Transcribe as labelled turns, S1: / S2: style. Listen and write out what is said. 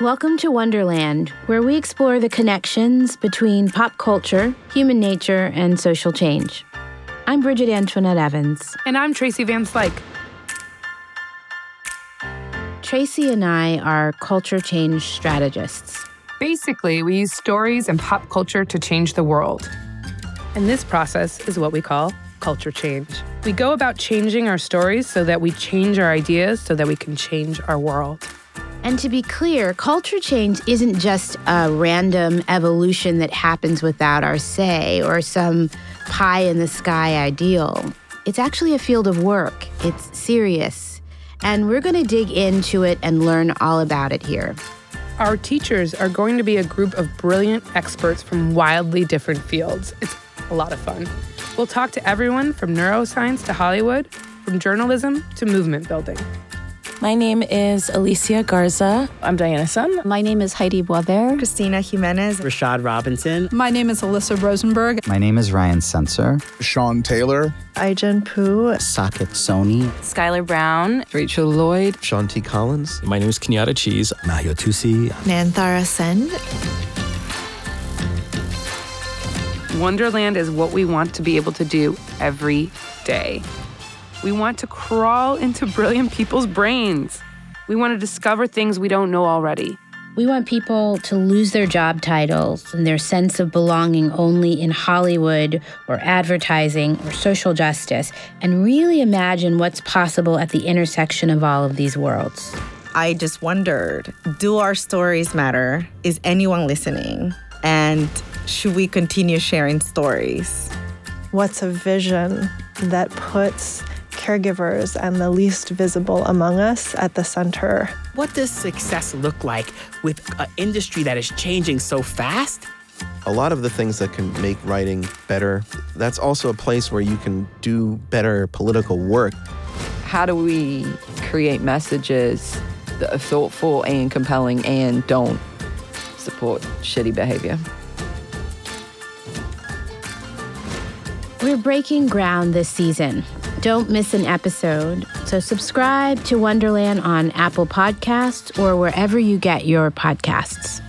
S1: Welcome to Wonderland, where we explore the connections between pop culture, human nature, and social change. I'm Bridget Antoinette Evans.
S2: And I'm Tracy Van Slyke.
S1: Tracy and I are culture change strategists.
S2: Basically, we use stories and pop culture to change the world. And this process is what we call culture change. We go about changing our stories so that we change our ideas so that we can change our world.
S1: And to be clear, culture change isn't just a random evolution that happens without our say or some pie in the sky ideal. It's actually a field of work, it's serious. And we're going to dig into it and learn all about it here.
S2: Our teachers are going to be a group of brilliant experts from wildly different fields. It's a lot of fun. We'll talk to everyone from neuroscience to Hollywood, from journalism to movement building.
S3: My name is Alicia Garza.
S4: I'm Diana Sun.
S5: My name is Heidi Boisvert.
S6: Christina Jimenez.
S7: Rashad Robinson.
S8: My name is Alyssa Rosenberg.
S9: My name is Ryan Sensor.
S10: Sean Taylor.
S11: Ijen Poo.
S12: Socket Sony.
S13: Skylar Brown.
S14: Rachel Lloyd.
S15: Shanti Collins.
S16: My name is Kenyatta Cheese.
S17: Mayo Tusi.
S18: Nanthara Sen.
S2: Wonderland is what we want to be able to do every day. We want to crawl into brilliant people's brains. We want to discover things we don't know already.
S1: We want people to lose their job titles and their sense of belonging only in Hollywood or advertising or social justice and really imagine what's possible at the intersection of all of these worlds.
S19: I just wondered do our stories matter? Is anyone listening? And should we continue sharing stories?
S11: What's a vision that puts caregivers and the least visible among us at the center.
S7: What does success look like with an industry that is changing so fast?
S15: A lot of the things that can make writing better, that's also a place where you can do better political work.
S20: How do we create messages that are thoughtful and compelling and don't support shitty behavior?
S1: We're breaking ground this season. Don't miss an episode. So subscribe to Wonderland on Apple Podcasts or wherever you get your podcasts.